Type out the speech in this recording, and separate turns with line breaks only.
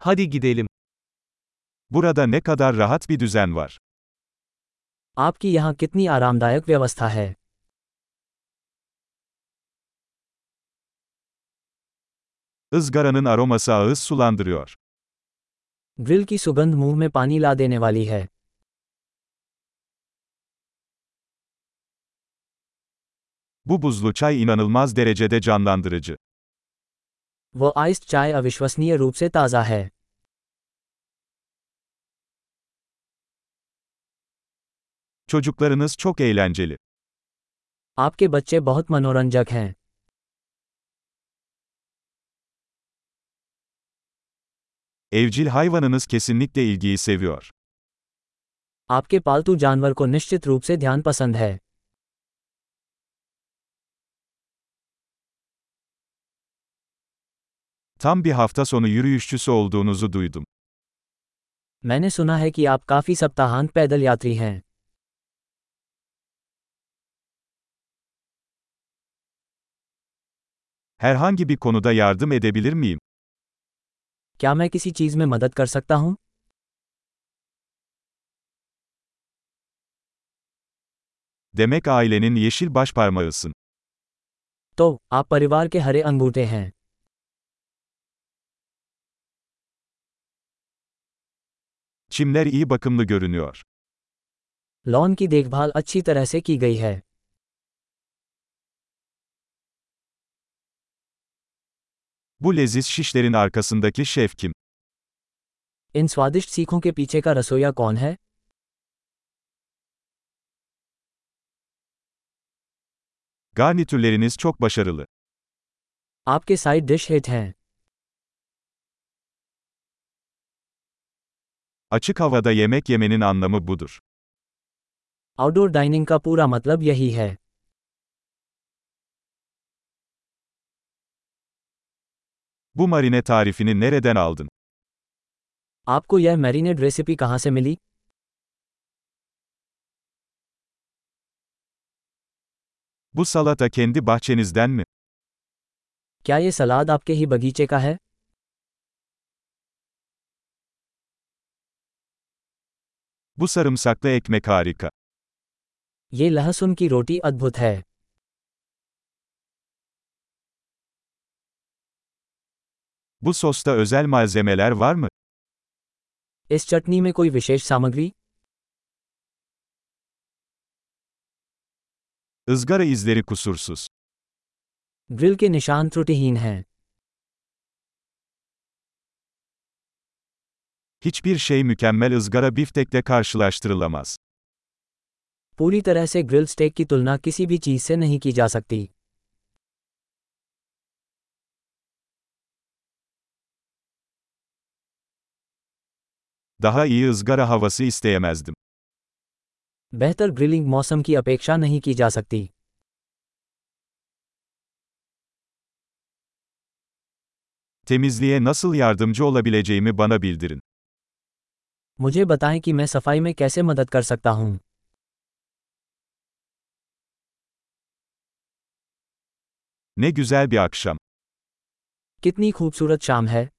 Hadi gidelim.
Burada ne kadar rahat bir düzen var.
आपकी यहाँ कितनी आरामदायक व्यवस्था है
Izgaranın aroması ağız sulandırıyor.
Grill की सुगंध मुंह में पानी ला देने वाली है
Bu buzlu çay inanılmaz derecede canlandırıcı.
वो आइस्ड चाय अविश्वसनीय रूप से ताज़ा है
Çocuklarınız çok eğlenceli.
आपके बच्चे बहुत मनोरंजक हैं
Evcil hayvanınız kesinlikle ilgiyi seviyor.
आपके पालतू जानवर को निश्चित रूप से ध्यान पसंद है
Tam bir hafta sonu yürüyüşçüsü olduğunuzu duydum.
मैंने सुना है कि आप काफ़ी सप्ताहांत पैदल यात्री हैं
Herhangi bir konuda yardım edebilir miyim?
क्या मैं किसी चीज़ में मदद कर सकता हूँ
Demek ailenin yeşil başparmağısın.
तो आप परिवार के हरे अंगूठे हैं
Çimler iyi bakımlı görünüyor.
Lawn की देखभाल अच्छी तरह से की गई है
Bu leziz şişlerin arkasındaki şef kim?
इन स्वादिष्ट सीखों के पीछे का रसोईया कौन है
Garnitürleriniz çok başarılı.
आपके साइड डिश हिट हैं
Açık havada yemek yemenin anlamı budur.
Outdoor dining का पूरा मतलब यही है
Bu marine tarifini nereden aldın?
आपको यह मैरिनेड रेसिपी कहाँ से मिली
Bu salata kendi bahçenizden mi?
क्या ये सलाद आपके ही बगीचे का है
Bu sarımsaklı ekmek harika.
ये लहसुन की रोटी अद्भुत है
Bu sosta özel malzemeler var mı?
इस चटनी में कोई विशेष सामग्री
Izgara izleri kusursuz.
ग्रिल के निशान त्रुटिहीन हैं
Hiçbir şey mükemmel ızgara biftekle karşılaştırılamaz.
पूरी तरह से ग्रिल स्टेक की तुलना किसी भी चीज़ से नहीं की जा सकती
Daha iyi ızgara havası isteyemezdim.
बेहतर ग्रिलिंग मौसम की अपेक्षा नहीं की जा सकती
Temizliğe nasıl yardımcı olabileceğimi bana bildirin.
मुझे बताएं कि मैं सफाई में कैसे मदद कर सकता हूँ
Ne güzel bir akşam.
कितनी खूबसूरत शाम है